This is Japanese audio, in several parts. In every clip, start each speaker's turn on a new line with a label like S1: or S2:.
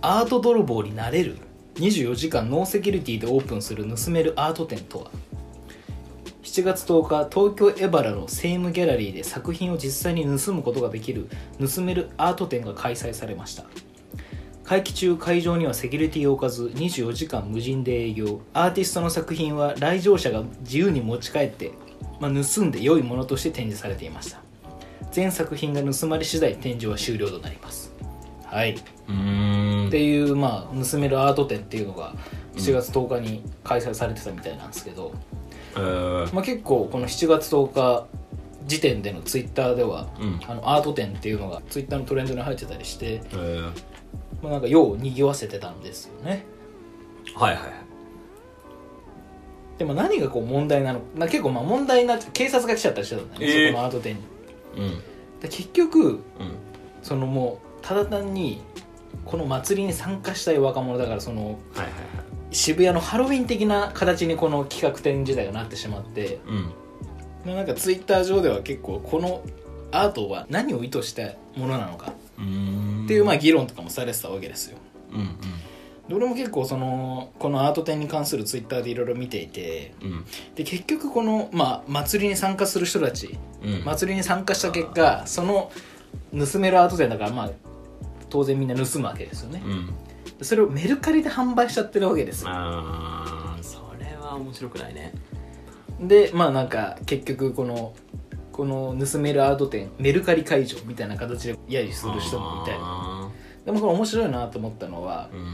S1: アート泥棒になれる24時間ノーセキュリティでオープンする盗めるアート展とは7月10日東京エバラのセイムギャラリーで作品を実際に盗むことができる盗めるアート展が開催されました会期中会場にはセキュリティを置かず24時間無人で営業アーティストの作品は来場者が自由に持ち帰って、まあ、盗んで良いものとして展示されていました全作品が盗まれ次第展示は終了となりますはいっ
S2: うーん
S1: ていうまあ盗めるアート展っていうのが7月10日に開催されてたみたいなんですけど、
S2: えー
S1: まあ、結構この7月10日時点でのツイッターでは、
S2: うん
S1: あのアート展っていうのがツイッターのトレンドに入ってたりして、
S2: えー
S1: まあ、なんかようにぎわせてたんですよね
S2: はいはい
S1: でも何がこう問題なのな結構まあ問題になって警察が来ちゃったりしてたんだよね、
S2: ええ
S1: そこのアート展に
S2: うん
S1: で結局
S2: うん
S1: そのもうただ単にこの祭りに参加したい若者だからその
S2: はいはいはい
S1: 渋谷のハロウィン的な形にこの企画展自体がなってしまって
S2: うん
S1: でなんかツイッター上では結構このアートは何を意図したものなのか
S2: うーん
S1: っていうまあ議論とかもされてたわけですよ
S2: うんうん
S1: で俺も結構そのこのアート展に関するツイッターでいろいろ見ていて
S2: うん
S1: で結局この、まあ、祭りに参加する人たち
S2: うん
S1: 祭りに参加した結果その盗めるアート展だからまあ当然みんな盗むわけですよね
S2: うん
S1: でそれをメルカリで販売しちゃってるわけですよ
S2: あーそれは面白くないね
S1: でまあなんか結局このこの盗めるアート展メルカリ会場みたいな形で揶揄する人もいたり
S2: あ
S1: でもこれ面白いなと思ったのは
S2: ーうん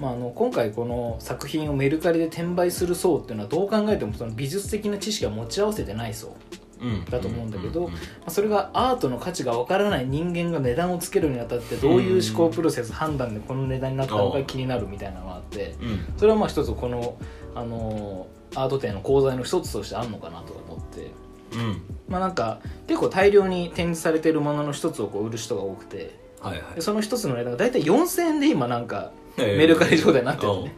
S1: まあ、あの今回この作品をメルカリで転売する層っていうのはどう考えてもその美術的な知識は持ち合わせてない層、ま
S2: うん
S1: だと思うんだけど
S2: うう
S1: あ、それがアートの価値がわからない人間が値段をつけるにあたってどういう思考プロセス判断でこの値段になったのか気になるみたいなのがあって
S2: うんうん
S1: それはまあ一つこの、あのアート展の講座の一つとしてあるのかなと思って。
S2: うん
S1: まあ、なんか結構大量に展示されているものの一つをこう売る人が多くて
S2: はいはい
S1: でその一つの値段が大体4000円で今なんか
S2: えー
S1: メルカリ状態になってるね、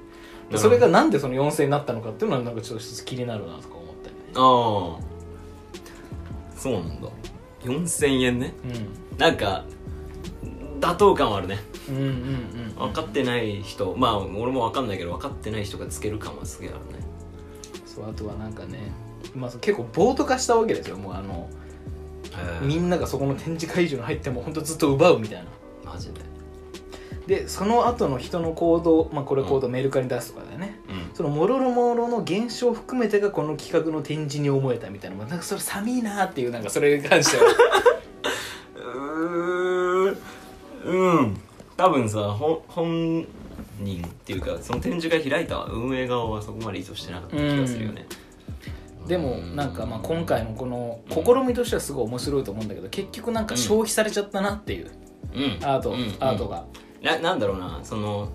S2: うん
S1: それがなんでその4000円になったのかっていうのはなんかちょっと一つ気になるなとか思った
S2: ああそうなんだ4000円ね
S1: りね、
S2: なんか妥当感はあるね
S1: うん、うんうんうん
S2: 分かってない人まあ俺も分かんないけど分かってない人がつける感はすげえあるね
S1: そうあとはなんかね、まあ、そう結構暴徒化したわけですよもうあのみ
S2: え
S1: んながそこの展示会場に入ってもうほんとずっと奪うみたいな
S2: ー、マジで
S1: でその後の人の行動、まあ、これ行動メルカリに出すとかだよね、
S2: う
S1: そのもろろもろの現象を含めてがこの企画の展示に思えたみたいな,、まあ、なんかそれ寒いなっていうなんかそれに関しては
S2: んうーん多分さほ本人っていうかその展示が開いた運営側はそこまで意図してなかった気がするよね
S1: でもなんかまあ今回のこの試みとしてはすごい面白いと思うんだけど結局なんか消費されちゃったなっていう、
S2: うん
S1: アート、
S2: うんうん
S1: アートが、
S2: ななんだろうなその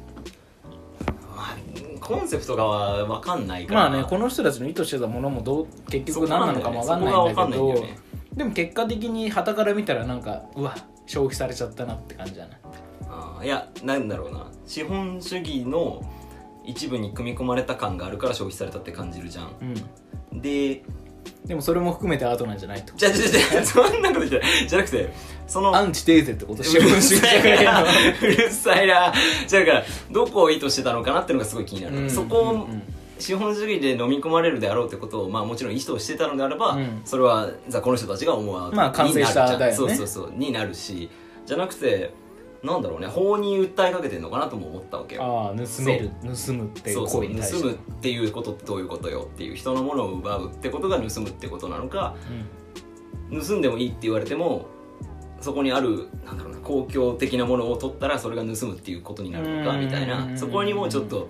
S2: あコンセプトがわかんないか
S1: ま
S2: ら
S1: あねこの人たちの意図してたものもどう結
S2: そこ
S1: 局何なのかもわかんないんだけど
S2: んだよね
S1: でも結果的に傍から見たらなんかうわ消費されちゃったなって感じじゃない
S2: そこがわかんないんだよねあーいやなんだろうな資本主義の一部に組み込まれた感があるから消費されたって感じるじゃん
S1: うん
S2: で
S1: でもそれも含めてアートなんじゃないってこと
S2: じゃじゃじゃ そんなことじゃないじゃなくてその
S1: アンチテーゼってこと
S2: うるさいな
S1: の
S2: うるさいなじゃあだからどこを意図してたのかなってのがすごい気になる、
S1: うん
S2: そこを、
S1: うんうん
S2: 資本主義で飲み込まれるであろうってことを、まあ、もちろん意図をしてたのであれば、
S1: うん
S2: それはザこの人たちが思うわけ
S1: まあ完成した
S2: になるじゃん
S1: だよね
S2: そうそうそうになるしじゃなくてなんだろうね法に訴えかけてるのかなとも思ったわけよ
S1: ああ盗める盗むっていう
S2: そうそ
S1: 行
S2: う
S1: 為に対して
S2: 盗むっていうことってどういうことよっていう人のものを奪うってことが盗むってことなのか盗んでもいいって言われてもそこにあるなんだろうな公共的なものを取ったらそれが盗むっていうことになるのか
S1: うん
S2: みたいなそこにもうちょっと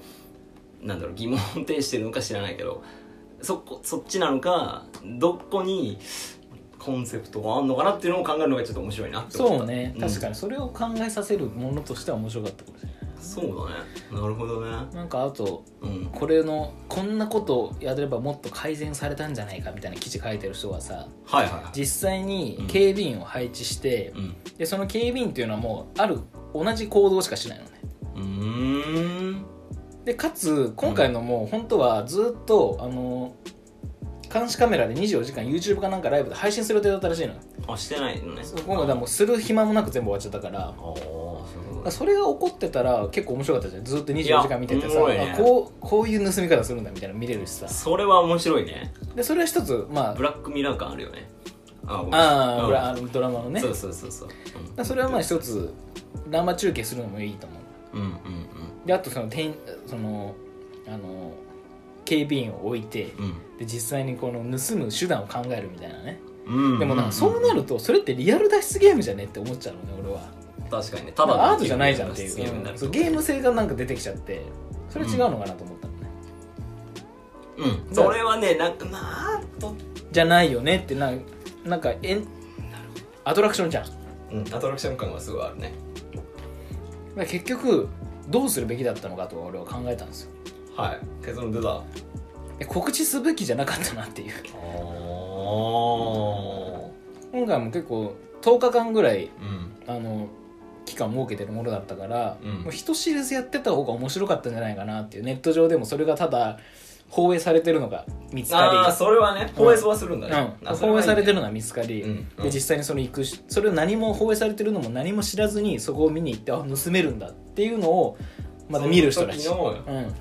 S2: なんだろう疑問を呈してるのか知らないけどそこそっちなのかどこにコンセプトがあんのかなっていうのを考えるのがちょっと面白いなって思った
S1: そうね
S2: うん
S1: 確かにそれを考えさせるものとしては面白かったかもしれない
S2: そうだねなるほどね
S1: なんかあと
S2: うん
S1: これのこんなことをやればもっと改善されたんじゃないかみたいな記事書いてる人がさ
S2: はいはいはい
S1: 実際に警備員を配置して、
S2: うん
S1: でその警備員っていうのはもうある同じ行動しかしないのね
S2: うーん
S1: でかつ今回のもう本当はずっとあの監視カメラで24時間 YouTube かなんかライブで配信する予定だったらしいのよ
S2: あしてないのね
S1: そう今回だからもうする暇もなく全部終わっちゃったからだか
S2: ああそういうこと
S1: ら
S2: ね
S1: それが起こってたら結構面白かったじゃんずっと24時間見てて
S2: い
S1: さ
S2: やおもろいね
S1: あこうこういう盗み方するんだみたいなの見れるしさ
S2: それは面白いね
S1: でそれは一つまあ
S2: ブラックミラー感あるよねあごめん
S1: あ
S2: う
S1: あ
S2: ん
S1: ほらあのドラマのね
S2: そうそうそうそう、うん
S1: それはまあ一つ生中継するのもいいと思う
S2: うんうんうん
S1: であとその店員そのあの警備員を置いて
S2: うん
S1: で実際にこの盗む手段を考えるみたいなね
S2: うん
S1: でもなんかそうなるとそれってリアル脱出ゲームじゃねって思っちゃうのね俺は
S2: 確かにねた
S1: た
S2: だ
S1: だ
S2: の
S1: アートじゃないじゃんっていう
S2: ゲームにな
S1: うん
S2: る
S1: そうゲーム性がなんか出てきちゃってそれ違うのかなと思ったのね、
S2: うんそれはねなんかまあアート
S1: じゃないよねってななんかえんアトラクションじゃんだか
S2: うんアトラクション感がすごいあるね
S1: ら結局どうするべきだったのかと俺は考えたんですよ
S2: はい結論出たあ
S1: え告知すべきじゃなかったなっていう
S2: あ
S1: 今回も結構10日間ぐらい
S2: うん
S1: あの期間設けてるものだったから、
S2: うん
S1: もう人知れずやってた方が面白かったんじゃないかなっていうネット上でもそれがただ放映されてるのが見つ
S2: ああ
S1: か
S2: それはね放映はするんだ
S1: り、
S2: ね、
S1: うん、
S2: あそ
S1: 放
S2: はいいね
S1: 映されてるのは見つかり、
S2: うんうん
S1: で実際にその行くしそれを何も放映されてるのも何も知らずにそこを見に行ってあ盗めるんだっていうのをまだ見る人たち
S2: その時
S1: うん、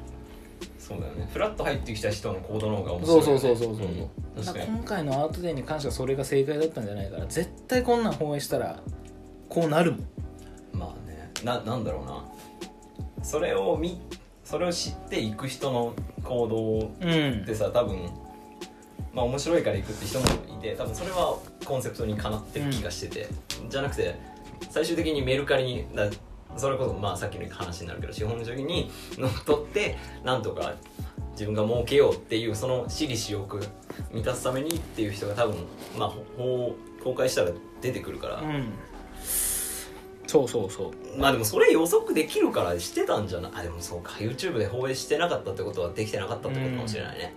S2: そうだよねフラッと入ってきた人の行動の方が面白
S1: そ
S2: いうよね、
S1: そうそうそうそう、
S2: うん
S1: なん
S2: 確
S1: か
S2: かに
S1: 今回のアートデーに関してはそれが正解だったんじゃないから絶対こんなん放映したらこうなるもん
S2: まあねななんだろうなそれを見それを知っていく人の行動
S1: うん
S2: ってさ多分まあ面白いから行くって人もいて多分それはコンセプトにかなってる気がしてて、じゃなくて最終的にメルカリにだそれこそまあさっきの話になるけど資本主義にのっとってなんとか自分が儲けようっていうその私利私欲満たすためにっていう人が多分まあ法公開したら出てくるから、
S1: うんそうそうそう
S2: まあでもそれ予測できるからしてたんじゃないあでもそうか YouTube で放映してなかったってことはできてなかったってことかもしれないね、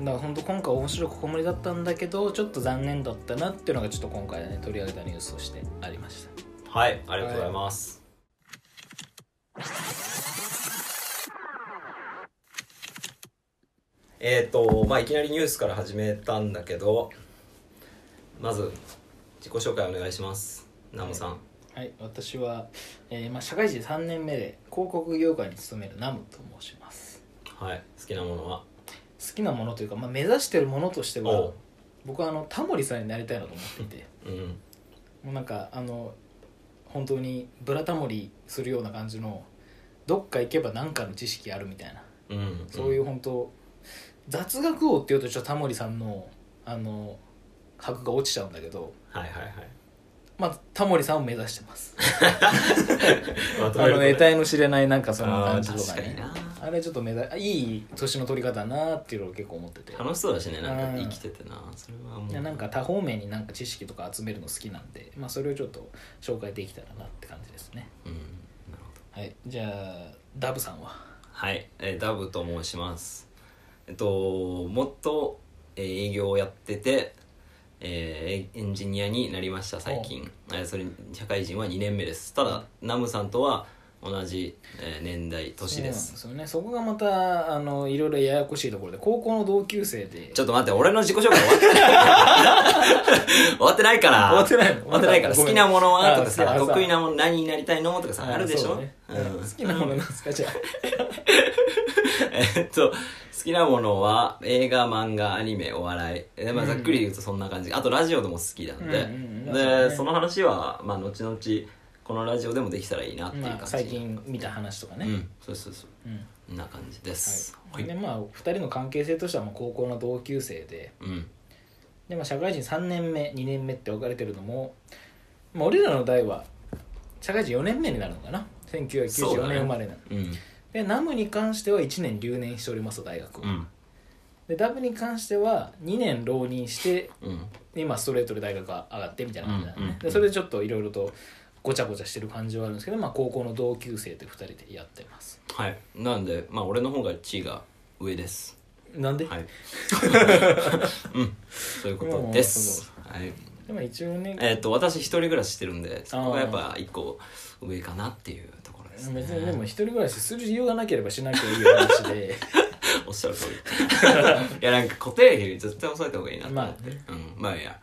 S1: だから本当今回面白いここまでだったんだけどちょっと残念だったなっていうのがちょっと今回ね取り上げたニュースとしてありました
S2: はいありがとうございます、えっ、とまあいきなりニュースから始めたんだけどまず自己紹介お願いしますナムさん、
S1: はい私は、えーまあ、社会人3年目で広告業界に勤めるナムと申します
S2: はい好きなものは
S1: 好きなものというか、まあ、目指してるものとして
S2: お
S1: は
S2: う
S1: 僕はあのタモリさんになりたいなと思ってい て
S2: うん
S1: もうなんかあの本当にブラタモリするような感じのどっか行けば何かの知識あるみたいな
S2: うん
S1: そういう本当雑学王っていうとちょっとタモリさんのあの格が落ちちゃうんだけど、
S2: はいはいはい
S1: まあ、タモリさんを目指してます
S2: ま
S1: あ
S2: とめる
S1: の
S2: と
S1: ね
S2: ね
S1: 得体の知れないなんかその
S2: あ
S1: 感
S2: ー
S1: じとか
S2: 確かに
S1: ね
S2: な
S1: あれちょっと目指あいい年の取り方だなっていうのを結構思ってて
S2: 楽しそうだしねなんか
S1: うん
S2: 生きててなそれはも
S1: いうやなんか多方面になんか知識とか集めるの好きなんで、まあ、それをちょっと紹介できたらなって感じですね
S2: うんなるほど
S1: はいじゃあダブさんは
S2: はい、えーダブと申します。えっと、もっと、えー営業をやってて、えーエンエンジニアになりました、最近。えーそれ、社会人は2年目です。ただ、ナムさんとは同じ、えー年代、
S1: そ
S2: 年で
S1: うなん
S2: す。
S1: ですよねそこがまたあのいろいろややこしいところで高校の同級生で
S2: ちょっと待って、俺の自己紹介終わって ない終わってないから。
S1: 終わってないの
S2: 終わってないから。
S1: ご
S2: 好
S1: めん
S2: きなものはとか
S1: あ
S2: さ、
S1: そう
S2: 得意なもの何になりたいのとかさ、
S1: ー
S2: あるでし
S1: そう
S2: ょ
S1: だね
S2: うん
S1: 好きなものなんですかじゃあ
S2: えっと、好きなものは映画、漫画、アニメ、お笑い。えまあ、ざっくり言うとそんな感じ。あとラジオでも好きなんで。
S1: うんうんうん
S2: で、
S1: ね
S2: その話は、まあ、後々、このラジオでもできたらいいなっていう感
S1: ま
S2: じ。
S1: あ、最近見た話とかね、
S2: うん、そうそうそう。
S1: うん
S2: こんな感じです。
S1: は
S2: はいい。
S1: でまあ2人の関係性としてはもう高校の同級生で
S2: うん。
S1: で、まあ、社会人3年目2年目って分かれてるのも、まあ、俺らの代は社会人4年目になるのかな
S2: そう
S1: 1994
S2: だね
S1: 年生まれなの、
S2: うん。
S1: でナムに関しては1年留年しております大学を、
S2: うん。
S1: でダブに関しては2年浪人して
S2: うん。
S1: 今ストレートで大学が上がってみたいな感じなんで,、ね
S2: うんうんうん
S1: でそれでちょっといろいろとごちゃごちゃしてる感じはあるんですけど、まあ、高校の同級生で2人でやってます
S2: はい。なんで、まあ、俺の方が地位が上です。
S1: なんで、
S2: はい。うん。そういうことです。はい。
S1: でも一応ね
S2: えっと、私一人暮らししてるんで、そこがやっ
S1: あ
S2: ぱ一個上かなっていうところですね。
S1: 別にでも一人暮らしする理由がなければしなきゃいい話で
S2: おっしゃる通 りいやなんか固定費絶対抑えた方がいいなと思って、うん、まあいや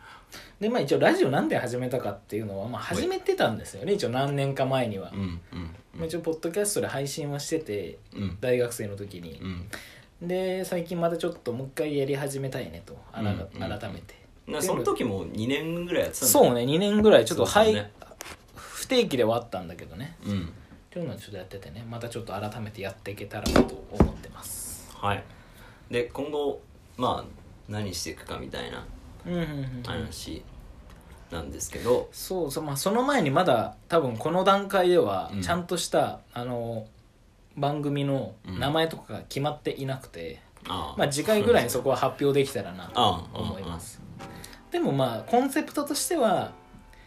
S1: でまあ一応ラジオなんで始めたかっていうのは、まあ、始めてたんですよね一応何年か前には
S2: う、んうん
S1: まあ一応ポッドキャストで配信はしてて
S2: うん
S1: 大学生の時に
S2: う、ん
S1: で最近またちょっともう一回やり始めたいねとあらが
S2: うんうんうん
S1: 改めて、
S2: なんかその時も2年ぐらいやってたんだよ
S1: そうね2年ぐらいちょっと、
S2: そう
S1: は
S2: です
S1: い
S2: ね
S1: 不定期ではあったんだけどね
S2: うん
S1: っていうのをちょっとやっててねまたちょっと改めてやっていけたらなと思ってます
S2: はいで今後まあ何していくかみたいな
S1: うんうんうん
S2: 話なんですけど、
S1: そうそう、まあ、その前にまだ多分この段階では
S2: うん
S1: ちゃんとした、あの番組の名前とかが決まっていなくて、
S2: ああ
S1: まあ、次回ぐらいにそこは発表できたらなと
S2: ああ
S1: 思いますでもまあコンセプトとしては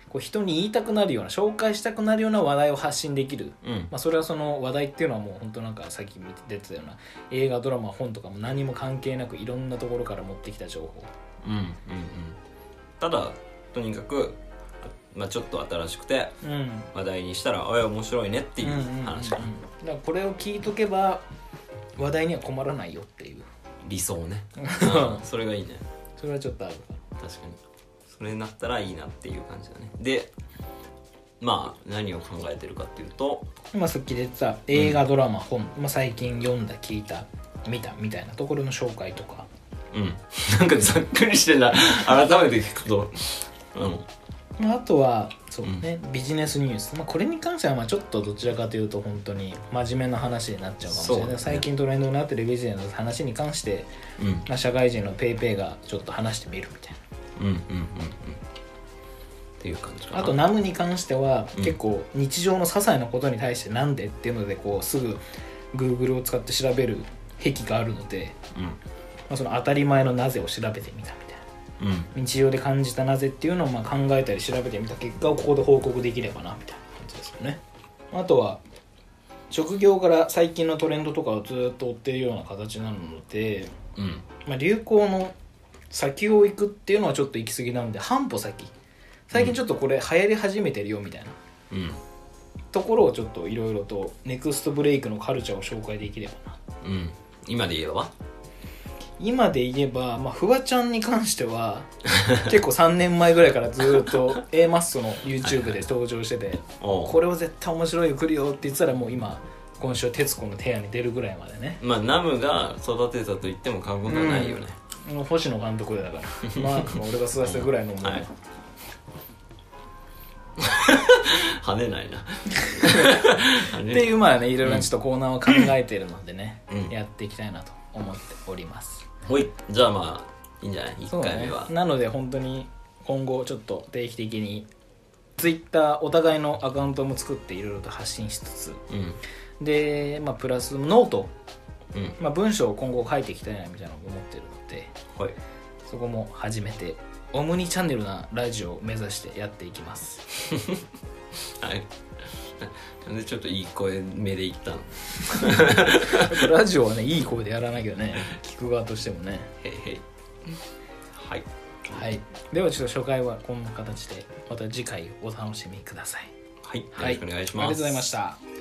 S1: こう人に言いたくなるような紹介したくなるような話題を発信できる、
S2: うん
S1: まあ、それはその話題っていうのはもう本当なんかさっき出てたような映画ドラマ本とかも何も関係なくいろんなところから持ってきた情報
S2: うんうんうんただとにかく、まあ、ちょっと新しくて
S1: うん
S2: 話題にしたらあいや面白いねってい
S1: んんん
S2: うん話かな、
S1: だからこれを聞いとけば話題には困らないよっていう
S2: 理想ね、
S1: ん
S2: うんそれがいいね
S1: それはちょっとあるか
S2: 確かにそれになったらいいなっていう感じだねでまあ何を考えてるかっていうと
S1: 今さっき出てた映画ドラマ本、まあ、最近読んだ聞いた見たみたいなところの紹介とか
S2: うんなんかざっくりしてんな改めて聞くとうん
S1: まああとはそうね、ビジネスニュース、まあ、これに関してはまあちょっとどちらかというと本当に真面目な話になっちゃうかもしれない、
S2: そうですね
S1: 最近トレンドになってるビジネスの話に関して、
S2: うん
S1: まあ、社会人のペイペイがちょっと話してみるみたい
S2: うんうんうんうんっていう感じか
S1: なあ
S2: な
S1: とナムに関しては
S2: うん
S1: 結構日常の些細なことに対してなんでっていうのでこうすぐ Google を使って調べる癖があるので、
S2: う
S1: まあ、その当たり前のなぜを調べてみたみたいなん
S2: うん
S1: 日常で感じたなぜっていうのをまあ考えたり調べてみた結果をここで報告できればなみたいな感じですよねあとは職業から最近のトレンドとかをずっと追ってるような形なので、
S2: うん
S1: まあ、流行の先を行くっていうのはちょっと行き過ぎなので半歩先最近ちょっとこれ流行り始めてるよみたいな
S2: うん
S1: ところをちょっといろいろとネクストブレイクのカルチャーを紹介できればな
S2: うん今で言えば
S1: 今で言えば、まあ、フワちゃんに関して は結構3年前ぐらいからずっと A マッソの YouTube で登場してて
S2: おう
S1: これは絶対面白いよ来るよって言ってたらもう今今週は徹子の部屋に出るぐらいまでね
S2: まあナムが育てたと言っても過言ではないよね、
S1: もう星野監督だ からまあ俺が育てたぐらいのもの、
S2: はい 跳ねないな跳
S1: っ
S2: ねな
S1: て
S2: い
S1: いうまあねいろいろなちょっとコーナーを考えてるのでね、
S2: うん
S1: やっていきたいなと思っております
S2: ほいじゃあまあいいんじゃない
S1: そう
S2: 1
S1: ね
S2: 回目は、
S1: なので本当に今後ちょっと定期的に Twitter お互いのアカウントも作っていろいろと発信しつつ
S2: うん
S1: で、まあ、プラスノート、
S2: うん
S1: まあ、文章を今後書いていきたいなみたいなのを思ってるので
S2: はい
S1: そこも始めてオムニチャンネルなラジオを目指してやっていき ます
S2: はい なんでちょっといい声目で言ったの
S1: ラジオはねいい声でやらなきゃね聞く側としてもね
S2: へいへいはい
S1: はいではちょっと初回はこんな形でまた次回お楽しみください
S2: はい、
S1: はい
S2: よろしくお願いし
S1: ありが
S2: ま
S1: とうご
S2: す
S1: ざいました